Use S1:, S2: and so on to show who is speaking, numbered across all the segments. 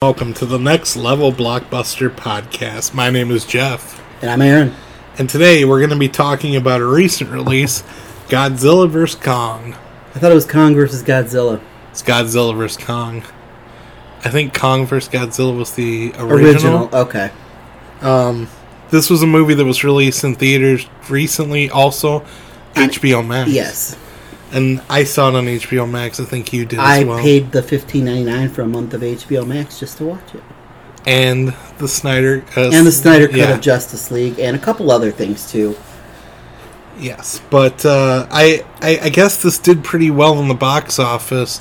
S1: Welcome to the next level blockbuster podcast. My name is Jeff,
S2: And I'm Aaron.
S1: and today we're going to be talking about a recent release Godzilla vs. Kong.
S2: I thought it was Kong versus Godzilla.
S1: It's Godzilla vs. Kong. I think Kong vs. Godzilla was the
S2: Original.
S1: original.
S2: Okay.
S1: This was a movie that was released in theaters recently, also HBO Max.
S2: Yes.
S1: And I saw it on HBO Max. I think you did
S2: I
S1: as well.
S2: paid the fifteen ninety nine for a month of HBO Max just to watch it.
S1: and the Snyder. Uh,
S2: And the Snyder Cut
S1: yeah.
S2: of Justice League and a couple other things too.
S1: Yes, but uh, I, I I guess this did pretty well in the box office.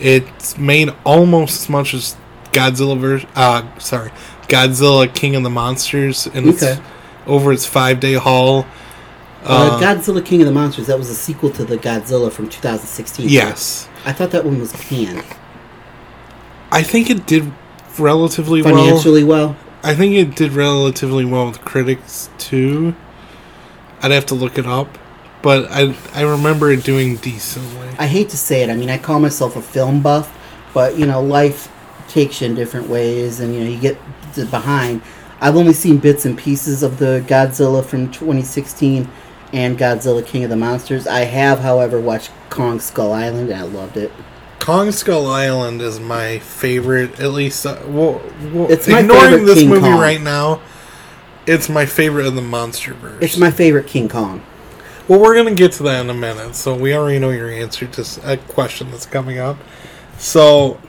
S1: It's made almost as much as Godzilla vers- uh sorry Godzilla King of the Monsters and
S2: Okay.
S1: it's over its five day haul.
S2: Uh, Godzilla King of the Monsters, that was a sequel to the Godzilla from 2016.
S1: Yes,
S2: I thought that one was canned.
S1: I think it did relatively well.
S2: Financially well.
S1: I think it did relatively well with critics too. I'd have to look it up, but I I remember it doing decently.
S2: I hate to say it. I mean, I call myself a film buff, but you know, life takes you in different ways, and you know, you get d- behind. I've only seen bits and pieces of the Godzilla from 2016 and Godzilla King of the Monsters. I have, however, watched Kong Skull Island, and I loved it.
S1: Kong Skull Island is my favorite, at least. Uh, well, well,
S2: It's my
S1: ignoring
S2: favorite
S1: this
S2: King
S1: movie
S2: Kong.
S1: right now, it's my favorite of the MonsterVerse.
S2: It's my favorite King Kong.
S1: well, we're gonna get to that in a minute, so we already know your answer to s- a question that's coming up. So,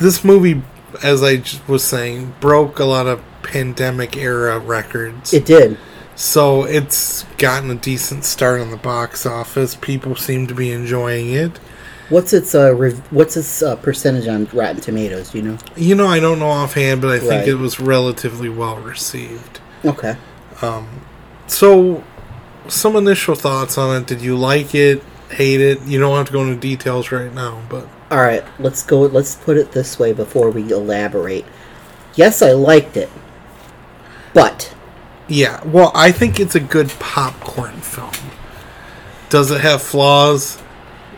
S1: this movie, as I j- was saying, broke a lot of pandemic era records.
S2: It did.
S1: so it's gotten a decent start on the box office. People seem to be enjoying it.
S2: What's its uh, rev- what's its uh, percentage on Rotten Tomatoes? do You know.
S1: You know, I don't know offhand, but I think
S2: Right.
S1: it was relatively well received.
S2: Okay.
S1: So, some initial thoughts on it. Did you like it? Hate it? You don't have to go into details right now, but
S2: All right, let's go. Let's put it this way before we elaborate. Yes, I liked it, but
S1: yeah. Well, I think it's a good popcorn film. Does it have flaws?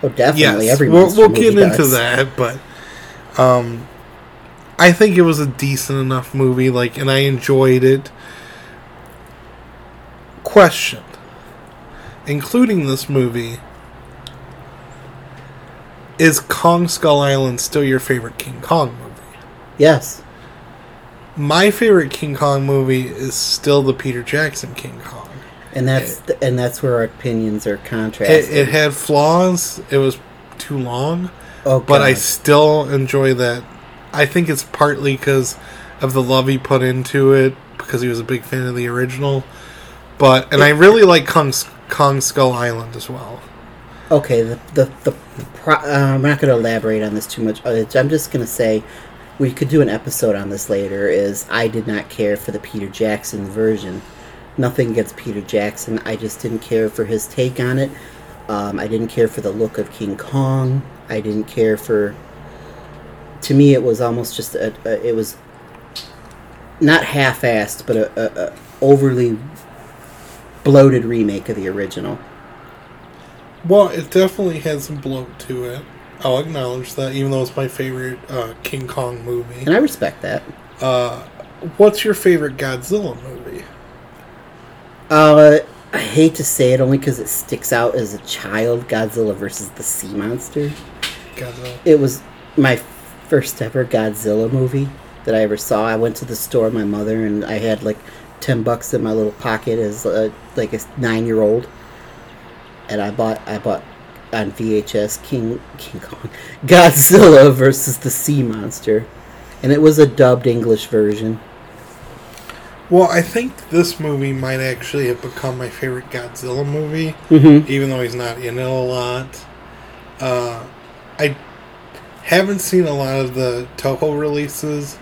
S2: oh, definitely
S1: Yes.
S2: every
S1: We'll,
S2: monster
S1: we'll
S2: movie
S1: get
S2: does.
S1: into that, but um, I think it was a decent enough movie. Like, and I enjoyed it. Question: Including this movie. Is Kong Skull Island still your favorite King Kong movie?
S2: Yes,
S1: My favorite King Kong movie is still the Peter Jackson King Kong.
S2: and that's
S1: Eh.
S2: th- and that's where our opinions are contrasted.
S1: It, it had flaws. It was too long,
S2: oh,
S1: but I
S2: God.
S1: still enjoy that. I think it's partly because of the love he put into it, because he was a big fan of the original. But and I really like Kong S- Kong Skull Island as well.
S2: okay. The the, the pro- uh, I'm not going to elaborate on this too much. uh, I'm just going to say we could do an episode on this later. Is I did not care for the Peter Jackson version. Nothing against Peter Jackson. I just didn't care for his take on it. Um, I didn't care for the look of King Kong. I didn't care for. To me, it was almost just a, a it was not half-assed, but a, a, a overly bloated remake of the original.
S1: Well, it definitely had some bloat to it. I'll acknowledge that, even though it's my favorite uh, King Kong movie. Uh,
S2: And I respect that.
S1: What's your favorite Godzilla movie?
S2: Uh, I hate to say it only because it sticks out as a child Godzilla versus the sea monster.
S1: Godzilla.
S2: It was my first ever Godzilla movie that I ever saw. I went to the store, with my mother, and I had like 10 bucks in my little pocket as a, like a nine year old. And I bought, I bought on VHS King, King Kong, Godzilla versus the sea monster. And it was a dubbed English version.
S1: Well, I think this movie might actually have become my favorite Godzilla movie,
S2: Mm-hmm.
S1: even though he's not in it a lot. Uh, I haven't seen a lot of the Toho releases.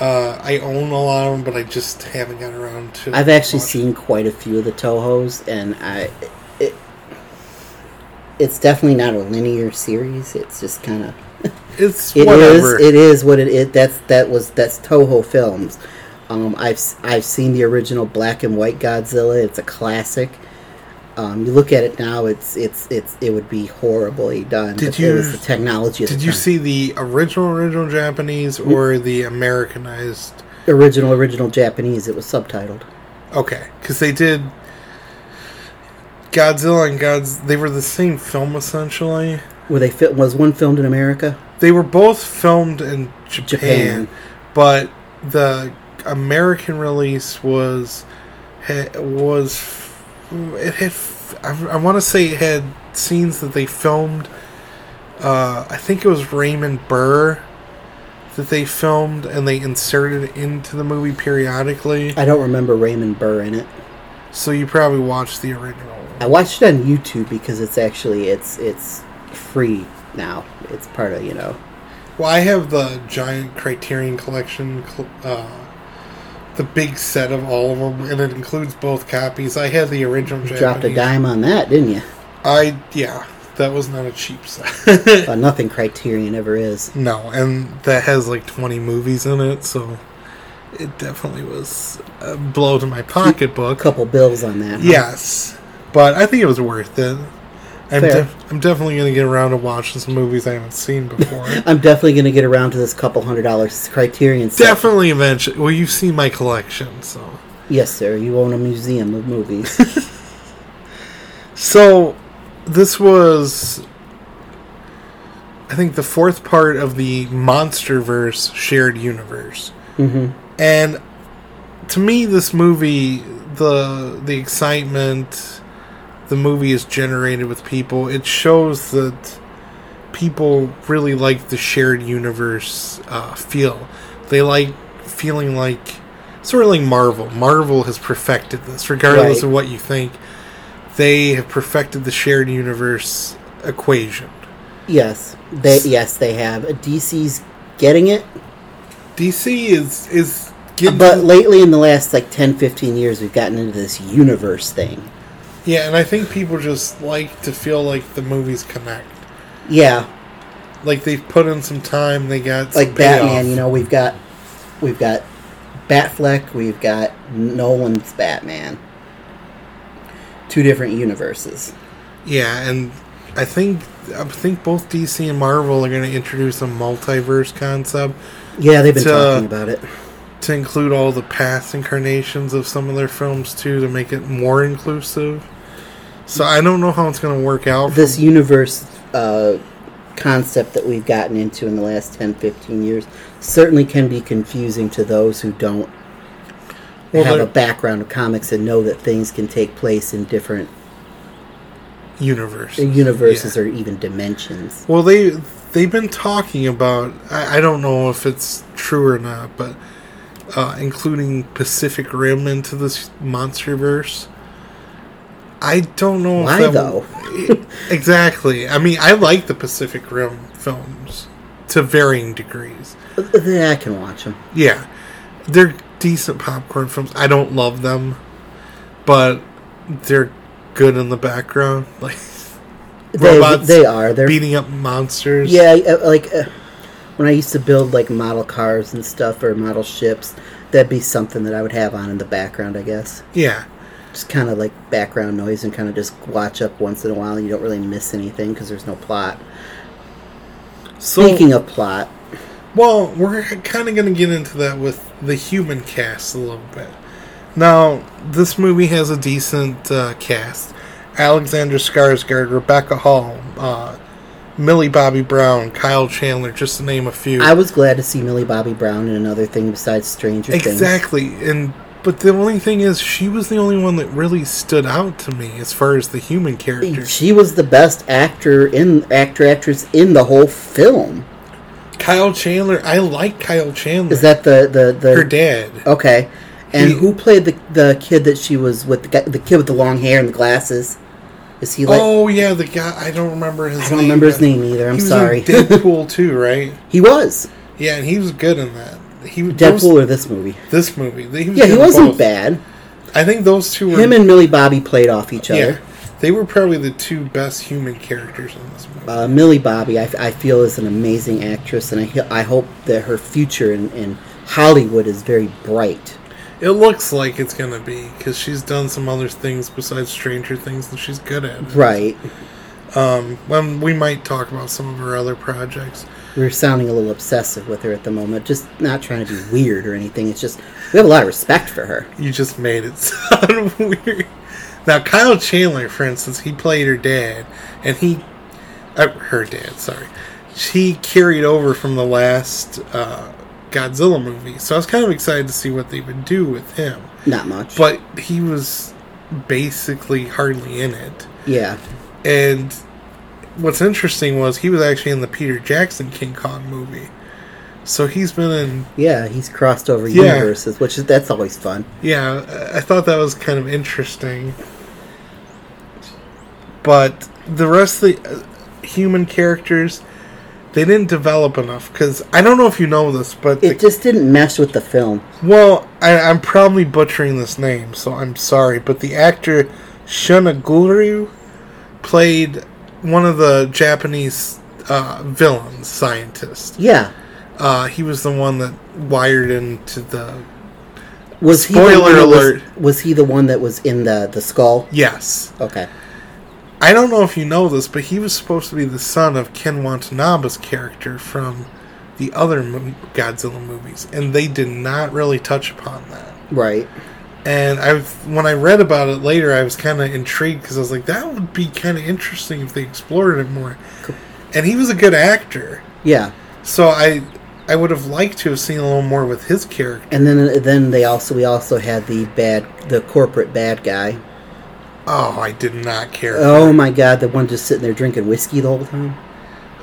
S1: Uh, I own a lot of them, but I just haven't got around to.
S2: I've actually
S1: watching.
S2: seen quite a few of the Toho's, and I, it, it's definitely not a linear series. It's just kind of
S1: It's
S2: it is
S1: whatever.
S2: it is what it is. That's that was that's Toho Films. Um, I've s- I've seen the original black and white Godzilla. It's a classic. Um, you look at it now; it's it's it's it would be horribly done.
S1: Did
S2: but
S1: you-
S2: It was the technology. At
S1: Did
S2: the
S1: you
S2: time.
S1: see the original original Japanese
S2: Mm-hmm.
S1: or the Americanized?
S2: original original Japanese? It was subtitled.
S1: Okay, because they did Godzilla and God's. They were the same film essentially.
S2: Were they fit? Was one filmed in America?
S1: They were both filmed in Japan,
S2: Japan.
S1: but the American release was ha- was f- it had f- I, want to say it had scenes that they filmed. Uh, I think it was Raymond Burr that they filmed and they inserted into the movie periodically.
S2: I don't remember Raymond Burr in it.
S1: So you probably watched the original.
S2: I watched it on YouTube because it's actually it's it's free now. It's part of you know.
S1: Well, I have the giant Criterion collection, cl- uh, the big set of all of them, and it includes both copies. I had the original
S2: You
S1: Japanese.
S2: dropped a dime on that, didn't you?
S1: I yeah, that was not a cheap set.
S2: Uh, nothing Criterion ever is.
S1: no, and that has like twenty movies in it, so it definitely was a blow to my
S2: A
S1: pocketbook.
S2: couple bills on that. huh?
S1: Yes, but I think it was worth it. I'm,
S2: Fair.
S1: def- I'm definitely going to get around to watching some movies I haven't seen before.
S2: I'm definitely going to get around to this couple hundred dollars Criterion. set.
S1: definitely eventually. Well, you've seen my collection, so.
S2: Yes, sir. You own a museum of movies.
S1: So, this was, I think, the fourth part of the MonsterVerse shared universe,
S2: hmm
S1: and to me, this movie, the the excitement, the movie is generated with people. It shows that people really like the shared universe uh, feel. They like feeling like sort of like Marvel. Marvel has perfected this, regardless
S2: Right.
S1: of what you think. They have perfected the shared universe equation.
S2: Yes, they yes they have. DC's getting it,
S1: DC is is getting
S2: but lately in the last like 10, 15 years, we've gotten into this universe thing.
S1: yeah, and I think people just like to feel like the movies connect.
S2: Yeah,
S1: Like they've put in some time, they got some
S2: like Batman.
S1: payoff.
S2: You know, we've got we've got Batfleck, we've got Nolan's Batman. Two different universes.
S1: Yeah, and I think I think both DC and Marvel are going to introduce a multiverse concept
S2: Yeah, they've been
S1: So-
S2: talking about it.
S1: to include all the past incarnations of some of their films too, to make it more inclusive. So I don't know how it's going to work out.
S2: this universe uh, concept that we've gotten into in the last 10 15 years certainly can be confusing to those who don't
S1: Well,
S2: have
S1: there-
S2: a background of comics and know that things can take place in different
S1: universe
S2: universes
S1: Yeah.
S2: or even dimensions
S1: well, they they've been talking about. I, I don't know if it's true or not, but uh, including Pacific Rim into this MonsterVerse. I don't know
S2: why
S1: if that
S2: though
S1: exactly. I mean, I like the Pacific Rim films to varying degrees.
S2: yeah, i can watch them
S1: Yeah, they're decent popcorn films. I don't love them, but they're good in the background, like
S2: they,
S1: Robots
S2: they are they're
S1: beating up monsters.
S2: Yeah, I- I- like uh, when I used to build like model cars and stuff or model ships, that'd be something that I would have on in the background, I guess.
S1: yeah,
S2: Just kind of like background noise and kind of just watch up once in a while. You don't really miss anything because there's no plot.
S1: So,
S2: Speaking of plot,
S1: well, we're kind of going to get into that with the human cast a little bit. Now, this movie has a decent uh, cast: Alexander Skarsgård, Rebecca Hall, uh, Millie Bobby Brown, Kyle Chandler, just to name a few.
S2: I was glad to see Millie Bobby Brown in another thing besides Stranger Things.
S1: Exactly, and but the only thing is, she was the only one that really stood out to me as far as the human character.
S2: She was the best actor in actor actress in the whole film.
S1: Kyle Chandler, I like Kyle Chandler.
S2: Is that the the the
S1: her dad?
S2: Okay. And
S1: He-
S2: who played the the kid that she was with? The, guy, the kid with the long hair and the glasses. Is he like?
S1: oh yeah, the guy. I don't remember his.
S2: I don't
S1: name,
S2: remember his
S1: but
S2: name either.
S1: He
S2: I'm
S1: was in
S2: sorry.
S1: Deadpool too, right?
S2: he was
S1: Yeah, and he was good in that. He was
S2: Deadpool
S1: those-
S2: or this movie.
S1: This movie. He was
S2: Yeah,
S1: good
S2: he
S1: in
S2: wasn't
S1: both.
S2: bad.
S1: I think those two were
S2: Him and Millie Bobby played off each
S1: yeah,
S2: other.
S1: they were probably the two best human characters in this movie.
S2: Uh, Millie Bobby, I, f- I feel, is an amazing actress, and I he- I hope that her future in, in Hollywood is very bright.
S1: It looks like it's gonna be because she's done some other things besides Stranger Things that she's good at.
S2: Right.
S1: Um, when we might talk about some of her other projects.
S2: We're sounding a little obsessive with her at the moment. Just not trying to be weird or anything. It's just we have a lot of respect for her.
S1: You just made it sound weird. Now Kyle Chandler, for instance, he played her dad, and he, uh, her dad, sorry, she carried over from the last uh, Godzilla movie. So I was kind of excited to see what they would do with him.
S2: Not much.
S1: But he was basically hardly in it.
S2: yeah.
S1: And what's interesting was he was actually in the Peter Jackson King Kong movie. So he's been in.
S2: Yeah, he's crossed over
S1: Yeah.
S2: universes, which is that's always fun.
S1: Yeah, I- I thought that was kind of interesting. But the rest of the uh, human characters, they didn't develop enough. Because I don't know if you know this, but.
S2: It
S1: the,
S2: just didn't mesh with the film.
S1: well, I, I'm probably butchering this name, so I'm sorry. But the actor Shunaguru played one of the Japanese uh, villains, scientists.
S2: Yeah.
S1: Uh, he was the one that wired into the
S2: Was he the
S1: Spoiler
S2: one that was-
S1: alert.
S2: Was, he the one that was in the the skull?
S1: yes.
S2: Okay.
S1: I don't know if you know this, but he was supposed to be the son of Ken Watanabe's character from the other mo- Godzilla movies, and they did not really touch upon that.
S2: Right.
S1: And I, when I read about it later, I was kind of intrigued because I was like, that would be kind of interesting if they explored it more. And he was a good actor,
S2: Yeah.
S1: so I, I would have liked to have seen a little more with his character.
S2: And then then they also we also had the bad the corporate bad guy.
S1: Oh, I did not care.
S2: Oh my god, the one just sitting there drinking whiskey the whole time.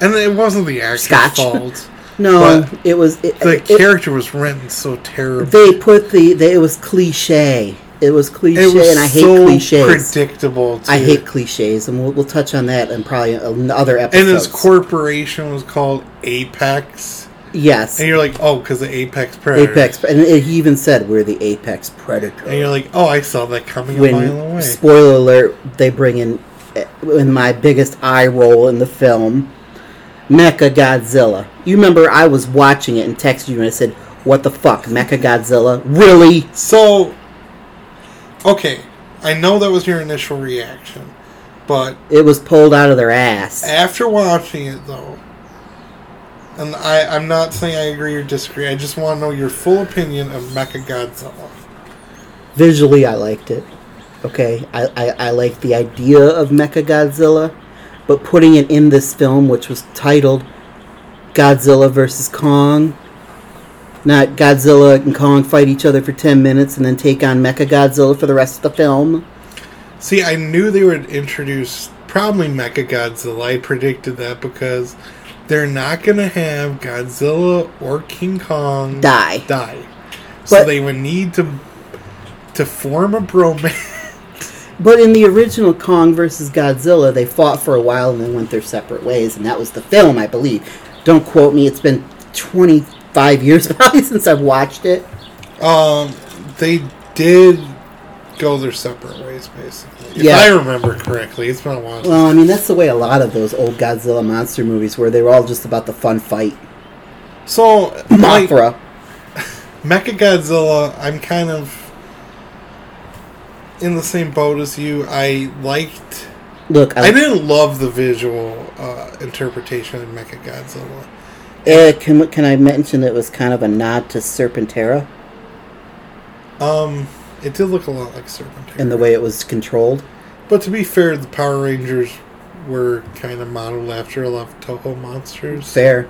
S1: And it wasn't the actor's
S2: Scotch.
S1: fault.
S2: No,
S1: But
S2: it was it,
S1: The
S2: it-
S1: character was written so terrible.
S2: they put the they, it was cliche. It was cliche,
S1: it was
S2: and I hate
S1: so
S2: cliches.
S1: predictable. Too.
S2: I hate cliches, and we'll, we'll touch on that in probably another episode.
S1: And his corporation was called Apex,
S2: yes,
S1: and you're like, oh, because the Apex Predator.
S2: apex, and it- he even said we're the apex predator.
S1: And you're like, oh, I saw that coming a mile
S2: when
S1: away.
S2: spoiler alert, they bring in uh, in my biggest eye roll in the film, Mecha Godzilla. You remember I was watching it and texted you and I said, "What the fuck, Mecha Godzilla? Really?"
S1: so, okay, I know that was your initial reaction, but
S2: It was pulled out of their ass.
S1: after watching it though, and I, I'm not saying I agree or disagree. I just want to know your full opinion of Mechagodzilla.
S2: Visually, I liked it. Okay, I, I, I like the idea of Mecha Godzilla, but putting it in this film, which was titled Godzilla versus Kong, not Godzilla and Kong fight each other for 10 minutes and then take on Mecha Godzilla for the rest of the film.
S1: See, I knew they would introduce probably Mechagodzilla. I predicted that because they're not going to have Godzilla or King Kong
S2: Die.
S1: die. So
S2: But-
S1: they would need to to form a bromance.
S2: But in the original Kong versus Godzilla, they fought for a while and then went their separate ways, and that was the film, I believe. Don't quote me, it's been 25 years probably since I've watched it.
S1: Um, they did go their separate ways, basically.
S2: Yeah.
S1: If I remember correctly, it's been a while.
S2: Well, I mean, that's the way a lot of those old Godzilla monster movies were. They were all just about the fun fight.
S1: so, like,
S2: Mothra.
S1: Mechagodzilla, I'm kind of in the same boat as you. I liked
S2: Look,
S1: I
S2: I,
S1: didn't love the visual uh, interpretation of Mechagodzilla.
S2: uh, can, can I mention it was kind of a nod to Serpentera
S1: Um, it did look a lot like Serpentine.
S2: in the way it was controlled?
S1: but to be fair, the Power Rangers were kind of modeled after a lot of Toho monsters.
S2: Fair.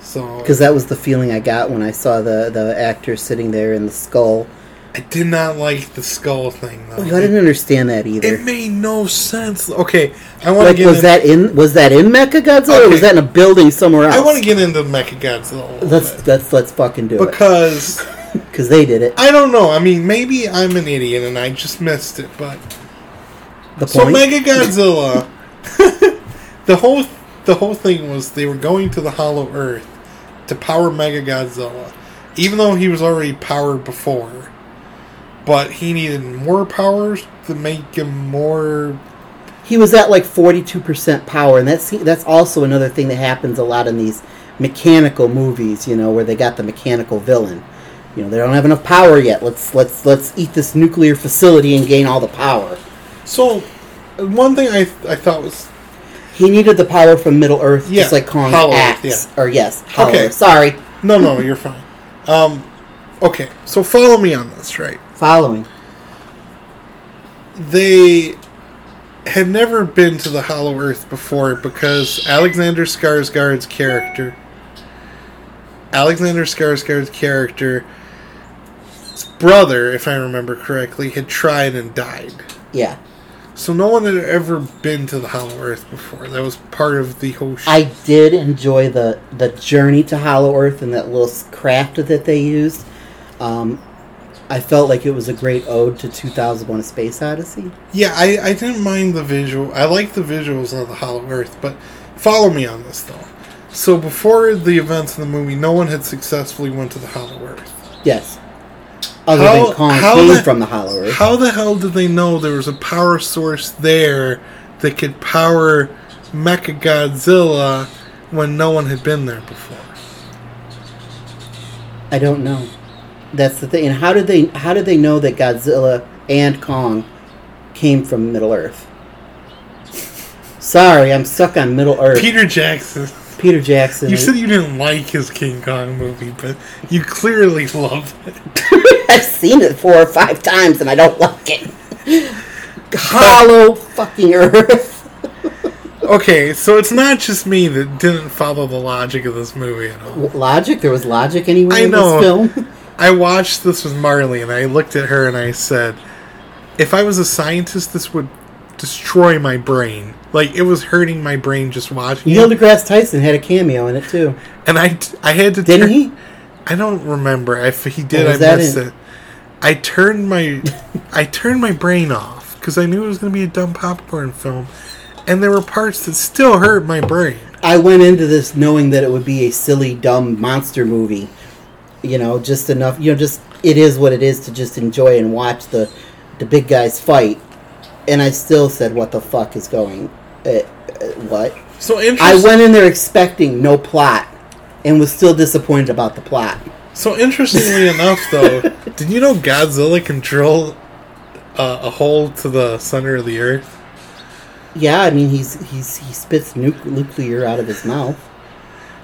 S1: So
S2: Because that was the feeling I got when I saw the, the actor sitting there in the skull.
S1: I did not like the skull thing though.
S2: I didn't understand that either.
S1: it made no sense. Okay, I want to
S2: Like,
S1: get
S2: was
S1: in,
S2: that in was that in Mecha Godzilla or
S1: Okay.
S2: was that in a building somewhere else?
S1: I want to get into Mechagodzilla. a little
S2: Let's
S1: bit.
S2: let's let's fucking do it.
S1: because
S2: Because they did it.
S1: I don't know. I mean, maybe I'm an idiot and I just missed it, but
S2: The
S1: So
S2: point.
S1: Mega Godzilla, the whole the whole thing was they were going to the Hollow Earth to power Mega Godzilla, even though he was already powered before. But he needed more powers to make him more.
S2: he was at like 42% power and that's that's also another thing that happens a lot in these mechanical movies you know where they got the mechanical villain you know they don't have enough power yet. Let's let's let's eat this nuclear facility and gain all the power.
S1: So, one thing I I thought was
S2: He needed the power from Middle Earth,
S1: Yeah,
S2: just like Kong
S1: Hollow Earth,
S2: Axe, or yes, Hollow
S1: Okay.
S2: Earth. Sorry,
S1: no, no, you're fine. Um, okay, so follow me on this, right?
S2: following.
S1: They had never been to the Hollow Earth before because Alexander Skarsgård's character, Alexander Skarsgård's character, his brother, if I remember correctly, had tried and died.
S2: Yeah,
S1: So no one had ever been to the Hollow Earth before. That was part of the whole. Sh-
S2: I did enjoy the the journey to Hollow Earth and that little s- craft that they used. Um, I felt like it was a great ode to 2001: A Space Odyssey.
S1: yeah, I, I didn't mind the visual. I like the visuals on the Hollow Earth, but follow me on this though. So before the events in the movie, no one had successfully went to the Hollow Earth.
S2: Yes. Other
S1: How-
S2: than Kong
S1: how
S2: came
S1: the-
S2: from the Hollow Earth.
S1: How the hell did they know there was a power source there that could power Mecha Godzilla when no one had been there before?
S2: I don't know. That's the thing. And how did they how did they know that Godzilla and Kong came from Middle Earth? Sorry, I'm stuck on Middle Earth. Peter,
S1: Peter Jackson.
S2: Jackson.
S1: You said you didn't like his King Kong movie, but you clearly love it.
S2: I've seen it four or five times and I don't like it. Hollow fucking Earth.
S1: Okay, so it's not just me that didn't follow the logic of this movie at all.
S2: Logic? There was logic anywhere
S1: I
S2: in
S1: know.
S2: this film.
S1: I watched this with Marley and I looked at her and I said, if I was a scientist, this would destroy my brain. Like, it was hurting my brain just watching
S2: Neil
S1: it.
S2: deGrasse Tyson had a cameo in it too,
S1: And I, t- I had to
S2: didn't
S1: turn-
S2: he?
S1: I don't remember. If he did,
S2: What
S1: I
S2: was that
S1: missed
S2: in?
S1: it. I turned my I turned my brain off because I knew it was going to be a dumb popcorn film, and there were parts that still hurt my brain.
S2: I went into this knowing that it would be a silly, dumb monster movie. You know, just enough. You know, just it is what it is to just enjoy and watch the the big guys fight. And I still said, "What the fuck is going? Uh, uh, what?"
S1: So
S2: I
S1: interesting.
S2: went in there expecting no plot, and was still disappointed about the plot.
S1: so interestingly enough, though, did you know Godzilla can drill uh, a hole to the center of the earth?
S2: Yeah, I mean, he's he's he spits nu- nuclear out of his mouth.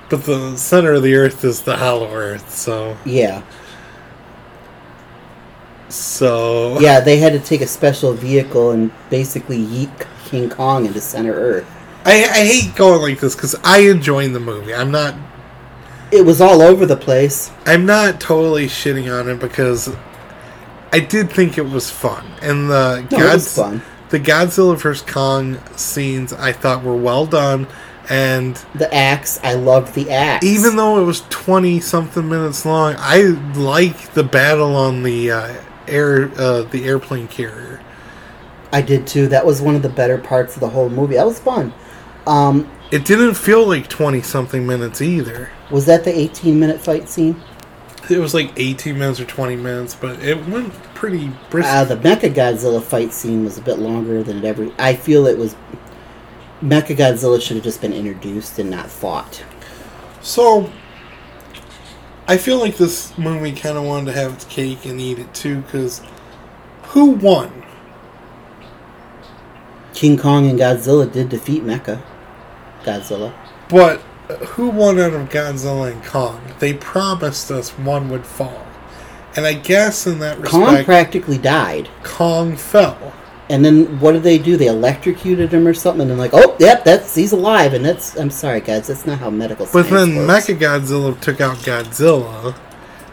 S1: But the center of the earth is the hollow earth. So
S2: Yeah,
S1: so
S2: yeah. They had to take a special vehicle and basically yeet King Kong into center Earth.
S1: I, I hate going like this because I enjoyed the movie. I'm not
S2: It was all over the place.
S1: I'm not totally shitting on it because I did think it was fun, and the
S2: No, it was fun.
S1: the Godzilla vs Kong scenes I thought were well done, and
S2: The axe, I loved the axe.
S1: even though it was twenty something minutes long, I like the battle on the uh, air uh, the airplane carrier.
S2: I did too. That was one of the better parts of the whole movie. That was fun. Um,
S1: It didn't feel like twenty something minutes either.
S2: was that the 18 minute fight scene?
S1: It was like eighteen minutes or twenty minutes, but it went pretty brisk.
S2: Uh, the Mecha Godzilla fight scene was a bit longer than it ever. I feel it was. Mecha Godzilla should have just been introduced and not fought.
S1: So, I feel like this movie kind of wanted to have its cake and eat it too, because who won?
S2: King Kong and Godzilla did defeat Mecha Godzilla.
S1: But uh, who won out of Godzilla and Kong? They promised us one would fall. And I guess in that
S2: Kong
S1: respect, Kong,
S2: practically died.
S1: fell.
S2: And then what did they do? They electrocuted him or something, and then like, oh, yep, that's he's alive, and that's. I'm sorry, guys, that's not how medical.
S1: But
S2: science
S1: then
S2: works.
S1: Mecha Godzilla took out Godzilla.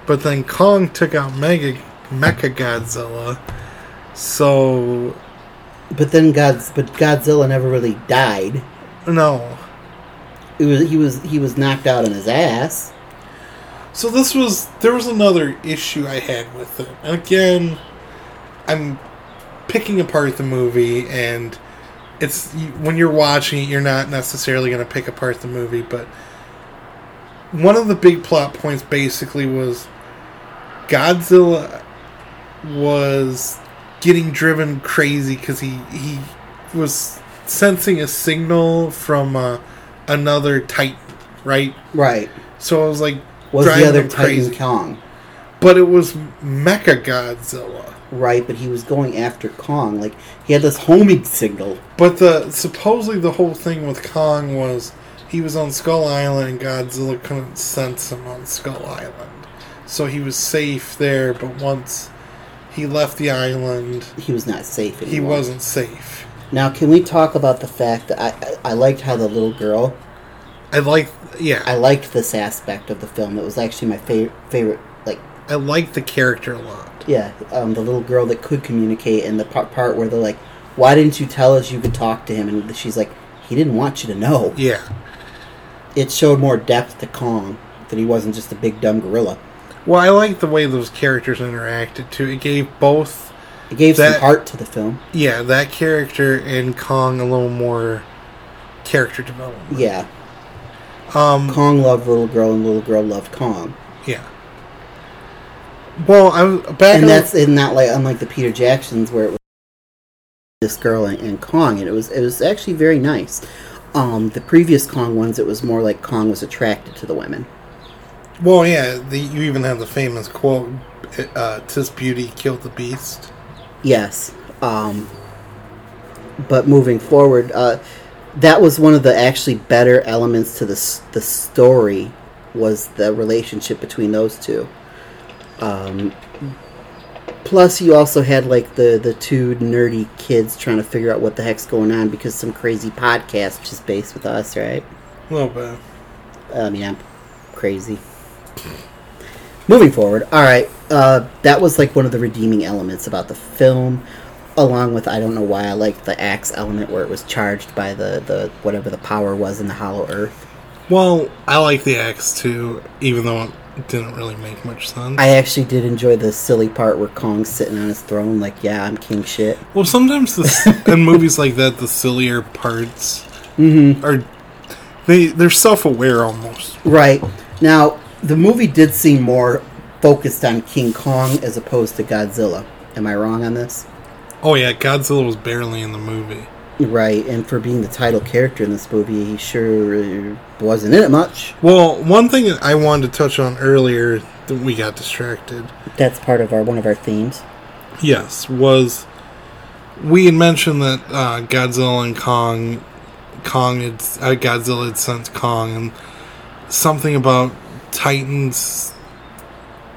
S1: But then Kong took out Mega Mecha Godzilla. So,
S2: But then God's but Godzilla never really died.
S1: no.
S2: It was he was he was knocked out on his ass.
S1: So this was there was another issue I had with it. And again, I'm picking apart the movie and it's you- when you're watching it you're not necessarily going to pick apart the movie, but one of the big plot points basically was Godzilla was getting driven crazy cuz he he was sensing a signal from uh, another titan, right?
S2: Right.
S1: So it was like
S2: Was
S1: driving
S2: the other
S1: him
S2: Titan Kong?
S1: But it was Mecha Godzilla.
S2: right? But he was going after Kong. Like he had this homing signal.
S1: But the supposedly the whole thing with Kong was he was on Skull Island and Godzilla couldn't sense him on Skull Island. So he was safe there, but once he left the island,
S2: He was not safe anymore.
S1: he wasn't safe.
S2: Now, can we talk about the fact that I I, I liked how the little girl
S1: I like yeah,
S2: I liked this aspect of the film. It was actually my favorite favorite like
S1: I like the character a lot.
S2: yeah, um, the little girl that could communicate and the part, part where they're like, "Why didn't you tell us you could talk to him?" and she's like, "He didn't want you to know."
S1: Yeah.
S2: It showed more depth to Kong that he wasn't just a big dumb gorilla.
S1: Well, I like the way those characters interacted too. It gave both
S2: It gave
S1: That-
S2: some heart to the film.
S1: yeah, that character and Kong a little more character development.
S2: Yeah,
S1: Um
S2: Kong loved little girl and little girl loved Kong.
S1: yeah. Well, I was back
S2: and
S1: on-
S2: that's and not like unlike the Peter Jacksons where it was this girl and, and Kong, and it was it was actually very nice. Um, the previous Kong ones, it was more like Kong was attracted to the women.
S1: Well, yeah, the, you even have the famous quote, uh, "Tis beauty killed the beast."
S2: Yes. Um, but moving forward, uh, that was one of the actually better elements to the s- the story was the relationship between those two. Um, plus, you also had like the the two nerdy kids trying to figure out what the heck's going on because some crazy podcast which is based with us, right?
S1: A little bit.
S2: I mean, I'm crazy. Moving forward, all right. Uh, that was like one of the redeeming elements about the film, along with I don't know why I liked the axe element where it was charged by the the whatever the power was in the Hollow Earth.
S1: Well, I like the axe too, even though it didn't really make much sense.
S2: I actually did enjoy the silly part where Kong's sitting on his throne, like, yeah, I'm king shit.
S1: well, sometimes the, s- in movies like that, the sillier parts
S2: Mm-hmm.
S1: are they they're self aware almost.
S2: Right now, the movie did seem more focused on King Kong as opposed to Godzilla. Am I wrong on this?
S1: Oh yeah, Godzilla was barely in the movie.
S2: Right, and for being the title character in this movie, he sure wasn't in it much.
S1: Well, one thing that I wanted to touch on earlier that we got distracted.
S2: That's part of our one of our themes.
S1: Yes, was we had mentioned that uh, Godzilla and Kong, Kong had uh, Godzilla had sent Kong, and something about Titans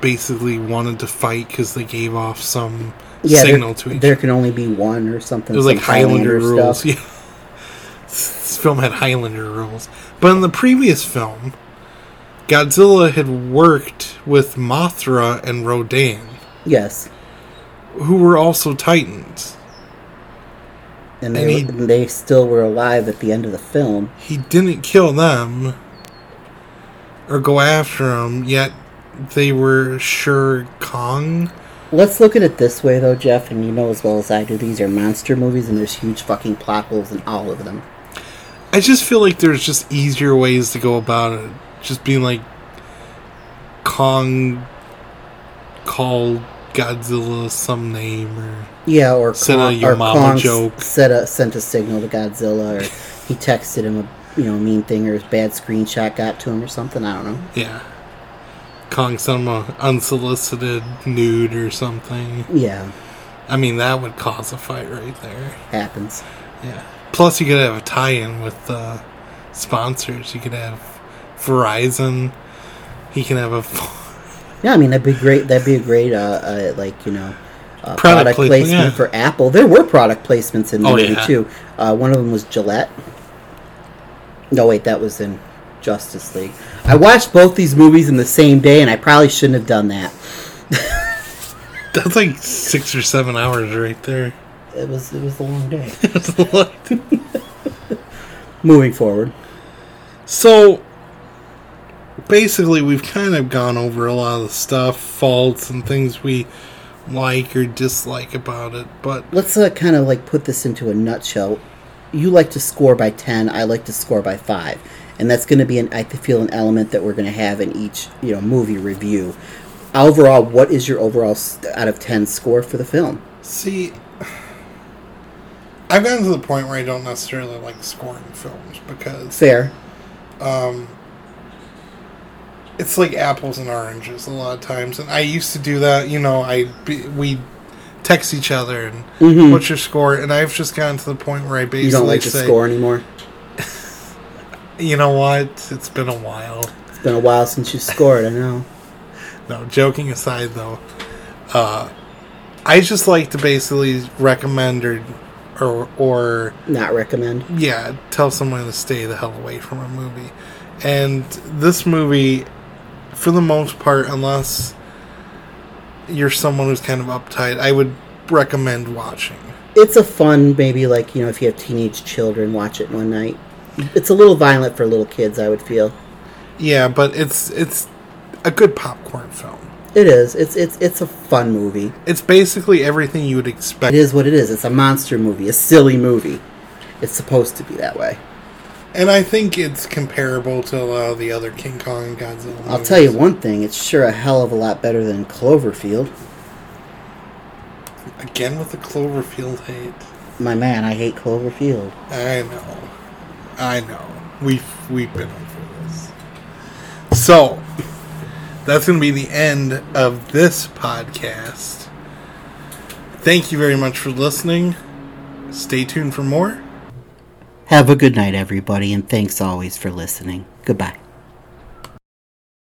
S1: basically wanted to fight because they gave off some
S2: Yeah, there-
S1: signal to each.
S2: there can only be one or something.
S1: it was like
S2: some
S1: Highlander, rules.
S2: Stuff.
S1: Yeah, this film had Highlander rules, but in the previous film, Godzilla had worked with Mothra and Rodan,
S2: Yes,
S1: who were also Titans.
S2: and they,
S1: And he-
S2: and they still were alive at the end of the film.
S1: he didn't kill them or go after them, yet they were sure Kong.
S2: Let's look at it this way, though, Jeff, and you know as well as I do, these are monster movies, and there's huge fucking plot holes in all of them.
S1: I just feel like there's just easier ways to go about it. Just being like Kong called Godzilla some name or
S2: Yeah, or
S1: Sent
S2: Kong,
S1: a your
S2: or
S1: mama
S2: Kong s-
S1: joke.
S2: Set a, sent a signal to Godzilla, or he texted him a you know mean thing, or his bad screenshot got to him, or something. I don't know.
S1: yeah. Kong some uh, unsolicited nude or something.
S2: Yeah,
S1: I mean that would cause a fight right there.
S2: happens.
S1: Yeah. Plus, you could have a tie-in with uh, sponsors. You could have Verizon. He can have a
S2: Yeah, I mean that'd be great. That'd be a great uh, uh like you know. Uh, product,
S1: placement,
S2: placement
S1: yeah.
S2: for Apple. There were product placements in the
S1: Oh,
S2: movie
S1: yeah.
S2: too. Uh, one of them was Gillette. No, wait, that was in Justice League. I watched both these movies in the same day, and I probably shouldn't have done that.
S1: that's like six or seven hours right there.
S2: It was it was a long day. Moving forward,
S1: so basically, we've kind of gone over a lot of the stuff, faults, and things we like or dislike about it. But
S2: let's uh, kind of like put this into a nutshell. You like to score by ten. I like to score by five, and that's going to be an I feel an element that we're going to have in each you know movie review. Overall, what is your overall s- out of ten score for the film?
S1: see, I've gotten to the point where I don't necessarily like scoring films because
S2: Fair.
S1: um, it's like apples and oranges a lot of times, and I used to do that. You know, I we text each other and
S2: Mhm.
S1: what's your score, and I've just gotten to the point where I basically
S2: You don't like the
S1: say,
S2: score anymore.
S1: you know what, it's been a while.
S2: It's been a while since you scored. I know.
S1: No, joking aside though, uh, I just like to basically recommend or or or
S2: Not recommend.
S1: yeah, tell someone to stay the hell away from a movie. And this movie, for the most part, unless you're someone who's kind of uptight, I would recommend watching.
S2: It's a fun, maybe like you know, if you have teenage children, watch it one night. It's a little violent for little kids. I would feel
S1: Yeah, but it's it's a good popcorn film.
S2: it is. It's it's it's a fun movie.
S1: It's basically everything you would
S2: It
S1: expect.
S2: is what it is. It's a monster movie, a silly movie. It's supposed to be that way.
S1: And I think it's comparable to a lot of the other King Kong and Godzilla movies.
S2: I'll tell you one thing, it's sure a hell of a lot better than Cloverfield.
S1: Again with the Cloverfield hate.
S2: My man, I hate Cloverfield.
S1: I know. I know. We've we've been over this. So that's gonna be the end of this podcast. Thank you very much for listening. Stay tuned for more.
S2: Have a good night, everybody, and thanks always for listening. Goodbye.